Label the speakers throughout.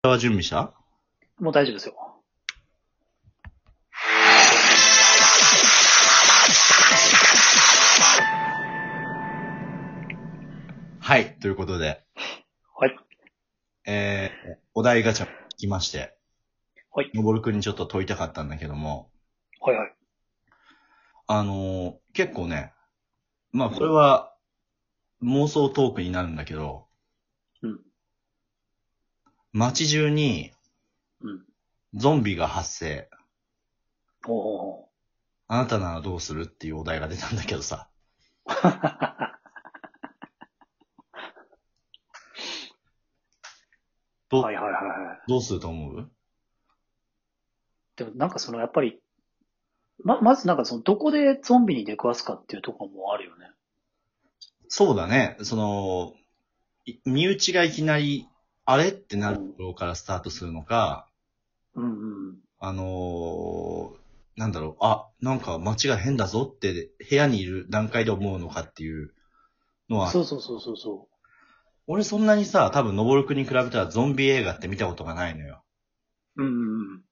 Speaker 1: は準備した
Speaker 2: もう大丈夫ですよ。
Speaker 1: はい。ということで、
Speaker 2: はい。
Speaker 1: えー、お題ガチャ来まして、
Speaker 2: はい。
Speaker 1: のぼるくんにちょっと問いたかったんだけども、
Speaker 2: はいはい。
Speaker 1: あのー結構ね、まあこれは妄想トークになるんだけど、
Speaker 2: うん。
Speaker 1: 街中に
Speaker 2: うん。
Speaker 1: ゾンビが発生。
Speaker 2: おお
Speaker 1: あなたならどうするっていうお題が出たんだけどさ。
Speaker 2: ー。
Speaker 1: どう、
Speaker 2: はいはいはいはい。
Speaker 1: どうすると思う
Speaker 2: でもなんかそのやっぱり、ま、まずなんかそのどこでゾンビに出くわすかっていうところもあるよね。
Speaker 1: そうだね。その、い身内がいきなり、あれってなるところからスタートするのか、
Speaker 2: うんうん。
Speaker 1: あのーなんだろう、あ、なんか街が変だぞって部屋にいる段階で思うのかっていうのは、
Speaker 2: そうそうそうそうそ
Speaker 1: 俺そんなにさ、多分、のぼるくんに比べたらゾンビ映画って見たことがないのよ。
Speaker 2: う。うんうん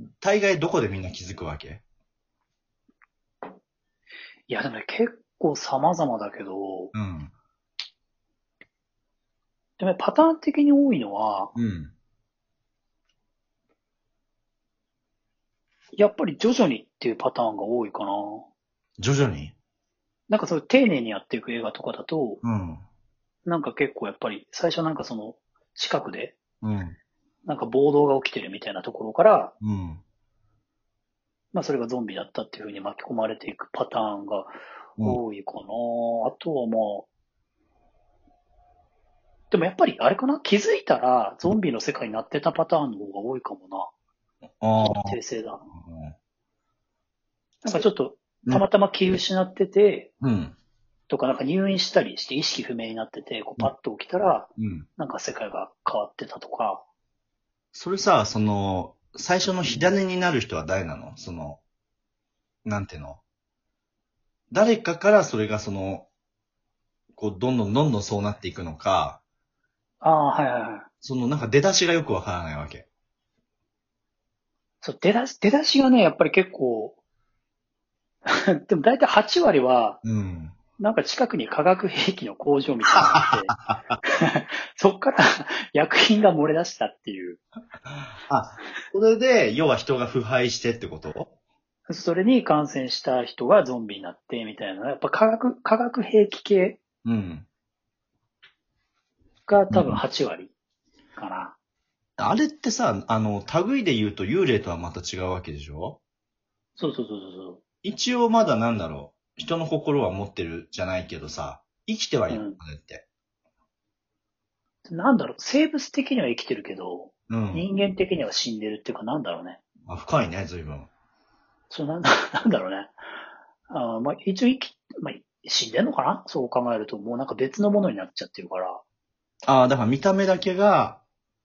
Speaker 2: うん。
Speaker 1: 大概どこでみんな気づくわけ
Speaker 2: いやでもね、結構様々だけど、
Speaker 1: うん。
Speaker 2: でもねパターン的に多いのは、
Speaker 1: うん。
Speaker 2: やっぱり徐々にっていうパターンが多いかな。
Speaker 1: 徐々に
Speaker 2: なんかそういう丁寧にやっていく映画とかだと、
Speaker 1: うん。
Speaker 2: なんか結構やっぱり最初なんかその近くで、
Speaker 1: うん。
Speaker 2: なんか暴動が起きてるみたいなところから、
Speaker 1: うん。
Speaker 2: まあそれがゾンビだったっていうふうに巻き込まれていくパターンが
Speaker 1: うん。
Speaker 2: 多いかな。あとはまあ、でもやっぱりあれかな気づいたらゾンビの世界になってたパターンの方が多いかも
Speaker 1: ああ。
Speaker 2: な。訂正だ。
Speaker 1: う
Speaker 2: なんかちょっと、たまたま気失ってて、
Speaker 1: んうん。
Speaker 2: とかなんか入院したりして意識不明になってて、こうパッと起きたら、
Speaker 1: うん。
Speaker 2: なんか世界が変わってたとか。
Speaker 1: それさ、その、最初の火種になる人は誰なのその、なんていうの誰かからそれがその、こう、どんどんどんどんそうなっていくのか、
Speaker 2: ああ、はいはいはい。
Speaker 1: そのなんか出だしがよくわからないわけ。
Speaker 2: そう、出だし、出だしがね、やっぱり結構、 でも大体8割は、
Speaker 1: うん。
Speaker 2: なんか近くに化学兵器の工場みたいなのがあって、 そっから薬品が漏れ出したっていう。
Speaker 1: あ、それで、要は人が腐敗してってこと
Speaker 2: それに感染した人がゾンビになってみたいな。やっぱ化学、化学兵器系
Speaker 1: うん。
Speaker 2: が多分8割かな。
Speaker 1: あれってさ、あの、類で言うと幽霊とはまた違うわけでしょ
Speaker 2: そうそうそうそう
Speaker 1: 一応まだなんだろう。人の心は持ってるじゃないけどさ、生きてはいる、あれって。
Speaker 2: そう。なんだろう、生物的には生きてるけど、
Speaker 1: うん。
Speaker 2: 人間的には死んでるっていうかなんだろうね。
Speaker 1: あ、深いね、随分。
Speaker 2: そうなん だ、なんだろうね。あーまあ、一応生き、まあ、死んでんのかなそう考えると、もうなんか別のものになっちゃってるから。
Speaker 1: ああ、だから見た目だけが、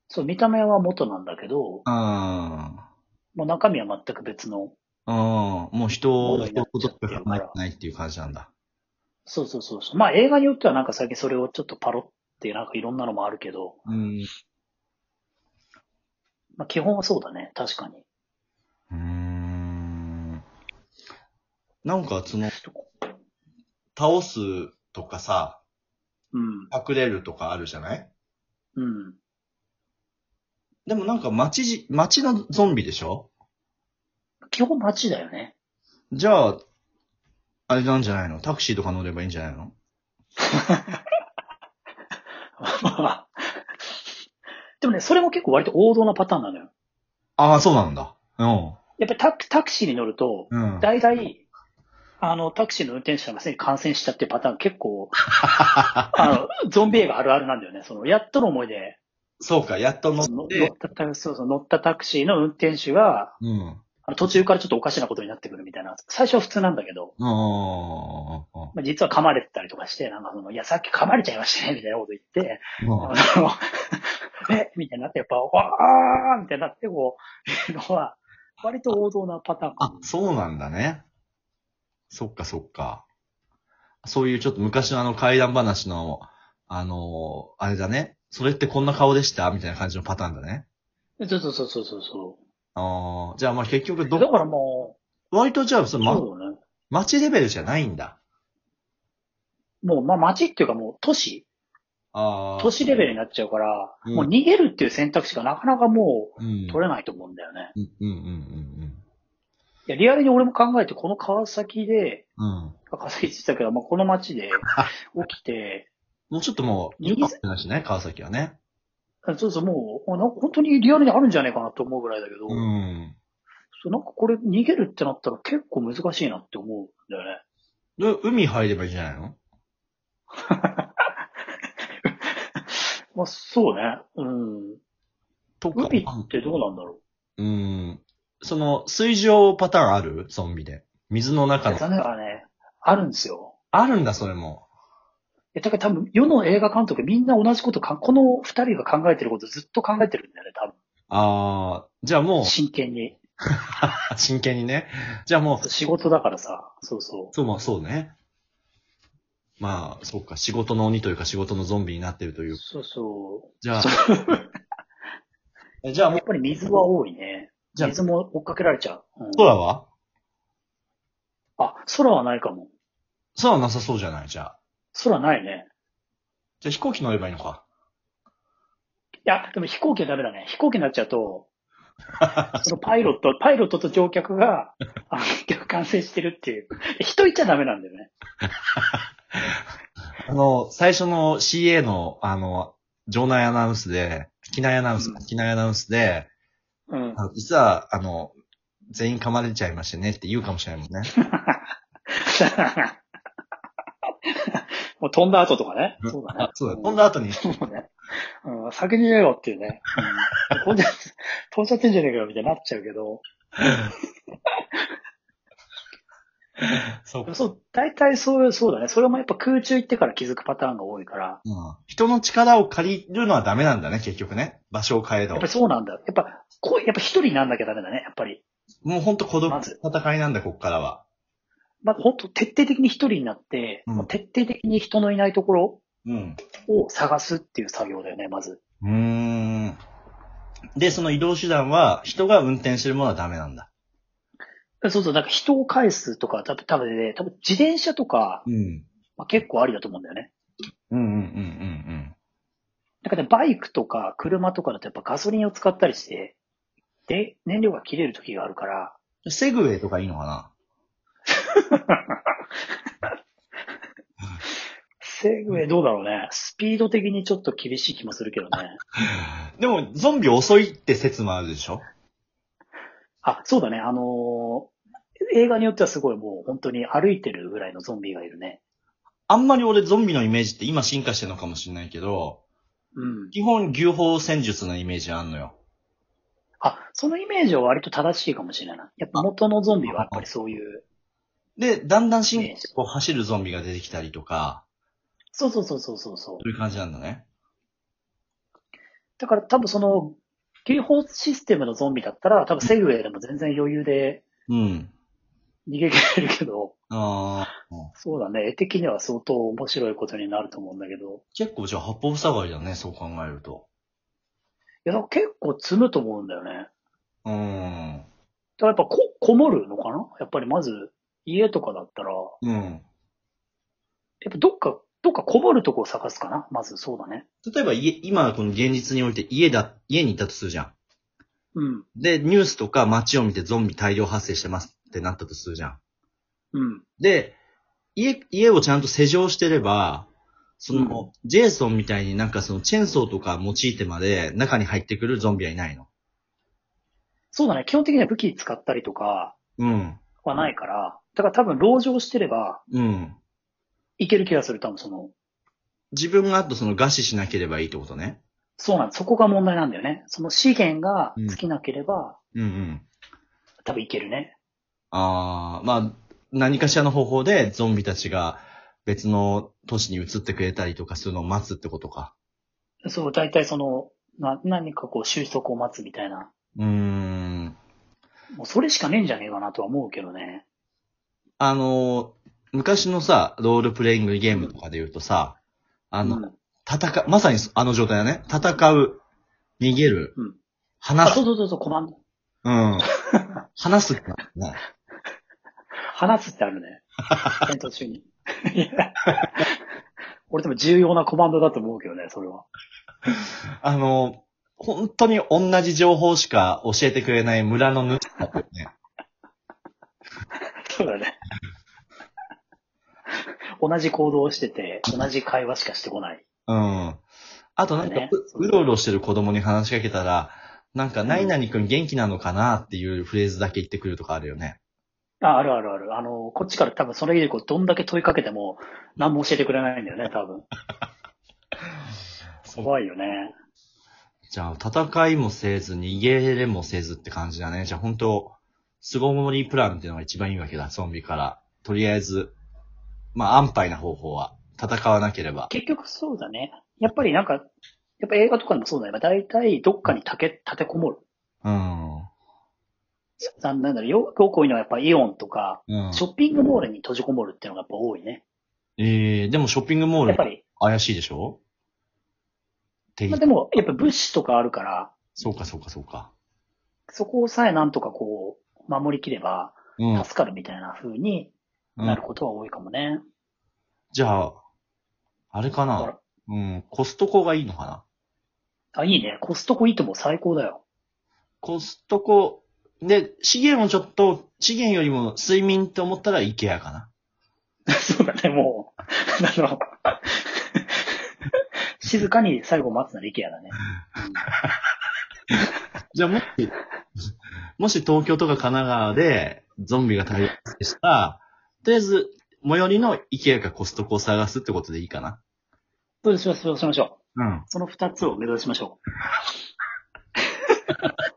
Speaker 2: そう、見た目は元なんだけど、
Speaker 1: うーん、う
Speaker 2: もう中身は全く別の。
Speaker 1: ーん、もう人を、
Speaker 2: もう
Speaker 1: 人のことしか考
Speaker 2: や
Speaker 1: え
Speaker 2: ってちゃってるから
Speaker 1: ないっていう感じなんだ。
Speaker 2: そうそうそうそう。まあ映画によってはなんか最近それをちょっとパロってなんかいろんなのもあるけど、
Speaker 1: うん。う
Speaker 2: まあ基本はそうだね。確かに。
Speaker 1: ーん。なんか、その、倒すとかさ、
Speaker 2: うん。
Speaker 1: 隠れるとかあるじゃない
Speaker 2: うん。
Speaker 1: でもなんか街じ、街のゾンビでしょ
Speaker 2: 基本街だよ ね。
Speaker 1: じゃあ、あれなんじゃないのタクシーとか乗ればいいんじゃないの
Speaker 2: でもね、それも結構割と王道なパターンなのよ。
Speaker 1: ああ、そうなんだ。うん。
Speaker 2: やっぱりタクタクシーに乗ると、
Speaker 1: うん。
Speaker 2: 大体、あの、タクシーの運転手さんがすでに感染しちゃってるパターン結 構、あの、ゾンビ映画あるあるなんだよね。その、やっとの思いで、
Speaker 1: そうか、やっと乗
Speaker 2: その
Speaker 1: っ、
Speaker 2: 乗ってたタそうそう乗ったタクシーの運転手が、
Speaker 1: うん。
Speaker 2: あの途中からちょっとおかしなことになってくるみたいな。最初は普通なんだけど、
Speaker 1: うんうんうん
Speaker 2: まあ、実は噛まれてたりとかして、なんかその、いや、さっき噛まれちゃいましたね、みたいなこと言って、
Speaker 1: うん。うん。
Speaker 2: あの、えみたいになって、やっぱ、わーみたいになって、こう、いうのは、割と王道なパターンか
Speaker 1: あ、そうなんだね。そっかそっか。そういうちょっと昔のあの怪談話の、あのーあれだね。それってこんな顔でしたみたいな感じのパターンだね。
Speaker 2: そうそうそうそうそ
Speaker 1: ああ、じゃあまあ結局
Speaker 2: う。だ
Speaker 1: ど、
Speaker 2: からも、
Speaker 1: 割とじゃあそうの、ま
Speaker 2: そうだね。
Speaker 1: 街レベルじゃないんだ。
Speaker 2: もう、まあ、街っていうかもう都市、
Speaker 1: ああ。
Speaker 2: 都市レベルになっちゃうから、
Speaker 1: うん
Speaker 2: もう逃げるっていう選択肢がなかなかも
Speaker 1: うん。
Speaker 2: う取れないと思うんだよね。
Speaker 1: うんうんうん
Speaker 2: いや、リアルに俺も考えて、この川崎で、
Speaker 1: うんうん。うん。
Speaker 2: 川崎って言ってたけど、まあ、この街で起きて、
Speaker 1: もうちょっともう、
Speaker 2: 右
Speaker 1: 今の話ね、川崎はね。
Speaker 2: そうそう、もう、あなんか本当にリアルにあるんじゃないかなと思うぐらいだけ
Speaker 1: う
Speaker 2: ど、
Speaker 1: ん。
Speaker 2: そうなんかこれ逃げるってなったら結構難しいなって思うんだよね。
Speaker 1: で海入ればいいんじゃないの
Speaker 2: まあ、そうね。うん。
Speaker 1: とか。
Speaker 2: 海ってどうなんだろ
Speaker 1: うん。その、水上パターンあるゾンビで。水の
Speaker 2: う。
Speaker 1: 中の。
Speaker 2: 残念ながらね、あるんですよ。
Speaker 1: あるんだ、それも。
Speaker 2: え、だから多分、世の映画監督みんな同じことか、この二人が考えてることずっと考えてるんだよね、多
Speaker 1: ああ、じゃあも
Speaker 2: 分。真剣に。
Speaker 1: う、 真剣にね。じゃあもう、
Speaker 2: 仕事だからさ、そうそ。
Speaker 1: そう、まあそうね。まあ、そうか、仕事の鬼というか仕事のゾンビになってるというう。
Speaker 2: そうそ
Speaker 1: じゃあ
Speaker 2: そ、
Speaker 1: えじゃあ
Speaker 2: う。
Speaker 1: も
Speaker 2: や
Speaker 1: う
Speaker 2: っ、ぱり水は多いね。
Speaker 1: じゃあ
Speaker 2: 水も追っかけられちゃう。うん
Speaker 1: 空は
Speaker 2: あ、空はないかも。
Speaker 1: 空はなさそうじゃないじゃあ。
Speaker 2: 空ないね。
Speaker 1: じゃあ飛行機乗ればいいのか。
Speaker 2: いや、でも飛行機はダメだね。飛行機になっちゃ うと、そのパイロット、パイロットと乗客が、あの結局完成してるっていう。人いちゃダメなんだよね。
Speaker 1: あの、最初の CA の、あの、場内アナウンスで、機内アナウンス、
Speaker 2: うん
Speaker 1: 機内アナウンスで、
Speaker 2: うん。
Speaker 1: あの実は、あの、全員噛まれちゃいましたねって言うかもしれないもん ね。
Speaker 2: もう飛んだ後とかね。
Speaker 1: うん
Speaker 2: そうだ
Speaker 1: あ
Speaker 2: ね。
Speaker 1: そうだ、
Speaker 2: ん
Speaker 1: 飛んだ後に、
Speaker 2: そうね。うん、先に言えよっていうね。 うん飛んじゃ、飛んじゃってんじゃねえかよみたいになっちゃうけど。
Speaker 1: そうか。
Speaker 2: そう、大体そう、そうだね。それもやっぱ空中行ってから気づくパターンが多いから。
Speaker 1: うん人の力を借りるのはダメなんだね、結局ね。場所を変え
Speaker 2: や
Speaker 1: ろ
Speaker 2: っぱ。りそうなんだ。やっぱ、こう、やっぱ一人になんなきゃダメだね。やっぱり。
Speaker 1: もうほんと孤独
Speaker 2: ま
Speaker 1: な
Speaker 2: ず
Speaker 1: 戦いなんだ、こっからは。
Speaker 2: まあ、本当徹底的に一人になって、
Speaker 1: うん
Speaker 2: もう徹底的に人のいないところ
Speaker 1: うん。
Speaker 2: を探すっていう作業だよね、まず。
Speaker 1: うーん。で、その移動手段は、人が運転してるものはダメなんだ。
Speaker 2: そうそう、なんか人を返すとか、多分、多分ね、多分自転車とか、
Speaker 1: うん。
Speaker 2: まあ、結構ありだと思うんだよね。
Speaker 1: うんうんうんうん
Speaker 2: だからね、バイクとか車とかだとやっぱガソリンを使ったりして、で、燃料が切れる時があるから、
Speaker 1: うん。セグウェイとかいいのかな
Speaker 2: セグウェイどうだろうね。スピード的にちょっと厳しい気もするけどね。
Speaker 1: でも、ゾンビ遅いって説もあるでしょ
Speaker 2: あ、そうだね、あのー映画によってはすごいもう本当に歩いてるぐらいのゾンビがいるね。
Speaker 1: あんまり俺ゾンビのイメージって今進化してるのかもしれないけど、
Speaker 2: うん。
Speaker 1: 基本牛砲戦術のイメージあんのよ。
Speaker 2: あ、そのイメージは割と正しいかもしれない。やっぱ元のゾンビはやっぱりそういう。
Speaker 1: で、だんだん進化してこう走るゾンビが出てきたりとか、
Speaker 2: そうそうそうそうそうそ
Speaker 1: そ
Speaker 2: う。
Speaker 1: ういう感じなんだね。
Speaker 2: だから多分その、警報システムのゾンビだったら、多分セグウェイでも全然余裕で
Speaker 1: うん。
Speaker 2: 逃げ切れるけど、
Speaker 1: あー
Speaker 2: そうだね。絵的には相当面白いことになると思うんだけど。
Speaker 1: 結構じゃあ八方塞がりだね、そう考えると。
Speaker 2: いや、だから結構積むと思うんだよね。だか
Speaker 1: うーん。
Speaker 2: らやっぱこ、こもるのかなやっぱりまず、家とかだったら、や
Speaker 1: うん。
Speaker 2: っぱどっか、どっかこもるとこを探すかなまずそうだね。
Speaker 1: 例えば家、今この現実において家だ、家にいたとするじゃん。
Speaker 2: うん。
Speaker 1: で、ニュースとか街を見てゾンビ大量発生してますってなったとするじゃん。
Speaker 2: うん。
Speaker 1: で、家、家をちゃんと施錠してれば、その、ジェイソンみたいになんかそのチェーンソーとか用いてまで中に入ってくるゾンビはいないの。
Speaker 2: そうだね。基本的には武器使ったりとか
Speaker 1: うん。
Speaker 2: はないから、だから多分、籠城してれば、
Speaker 1: うん。
Speaker 2: いける気がする。多分その、
Speaker 1: 自分があとその餓死しなければいいってことね。
Speaker 2: そうなんそこが問題なんだよね。その資源が尽きなければ、
Speaker 1: うんうん。
Speaker 2: 多分いけるね。
Speaker 1: ああ、まあ、何かしらの方法でゾンビたちが別の都市に移ってくれたりとかするのを待つってことか。
Speaker 2: そう、大体その、な何かこう収束を待つみたいな。
Speaker 1: うーん。
Speaker 2: もうそれしかねえんじゃねえかなとは思うけどね。
Speaker 1: あの、昔のさ、ロールプレイングゲームとかで言うとさ、あの、
Speaker 2: うん
Speaker 1: 戦う、まさにそあの状態だね。戦う、逃げる、
Speaker 2: うんあ、
Speaker 1: 話
Speaker 2: そ
Speaker 1: す
Speaker 2: う。そうそうそう、コマンド。
Speaker 1: うん。話すってなるね。
Speaker 2: 話すってあるね。戦闘 中に。いや俺でも重要なコマンドだと思うけどね、それは。
Speaker 1: あの、本当に同じ情報しか教えてくれない村の主だったよね。
Speaker 2: そうだね。同じ行動をしてて、同じ会話しかしてこない。
Speaker 1: うん。あとなんか、
Speaker 2: ね
Speaker 1: ううろうろしてる子供に話しかけたら、なんか、何々くん元気なのかなっていうフレーズだけ言ってくるとかあるよね。
Speaker 2: あ、あるあるある。あの、こっちから多分それ以降どんだけ問いかけても何も教えてくれないんだよね、多 分。怖いよね。
Speaker 1: じゃあ、戦いもせず、逃げれもせずって感じだね。じゃあ、本当凄盛りプランっていうのが一番いいわけだ、ゾンビから。とりあえず、まあ、安牌な方法は、戦わなければ。
Speaker 2: 結局そうだね。やっぱりなんか、やっぱ映画とかでもそうだね。大体どっかに立て、立てこもる。
Speaker 1: うん。
Speaker 2: なんなんだろう、よく多いのはやっぱイオンとか、
Speaker 1: うん。
Speaker 2: ショッピングモールに閉じこもるっていうのがやっぱ多いね。
Speaker 1: ええでもショッピングモー
Speaker 2: や
Speaker 1: ル
Speaker 2: っぱり、
Speaker 1: 怪しいでしょって
Speaker 2: まあ、でもやっぱ物資とかあるから、
Speaker 1: そうかそうかそうか。
Speaker 2: そこをさえなんとかこう、守りきれば、
Speaker 1: うん。
Speaker 2: 助かるみたいな風に
Speaker 1: う
Speaker 2: なんる、ことは多いかもね。
Speaker 1: じゃあ、あれか
Speaker 2: あ
Speaker 1: な
Speaker 2: ら
Speaker 1: うん、コストコがいいのかな
Speaker 2: あ、いいね。コストコいいとも最高だよ。
Speaker 1: コストコ、で、資源をちょっと、資源よりも睡眠って思ったらイケアかな。
Speaker 2: そうだね、もう。 あの、静かに最後待つなら IKEA だね。
Speaker 1: じゃあ もし、もし東京とか神奈川でゾンビが大量発生したら、とりあえず、最寄りのイケアかコストコを探すってことでいいかな
Speaker 2: そうしましょう、そうしましょう。
Speaker 1: うん。
Speaker 2: その二つを目指しましょう。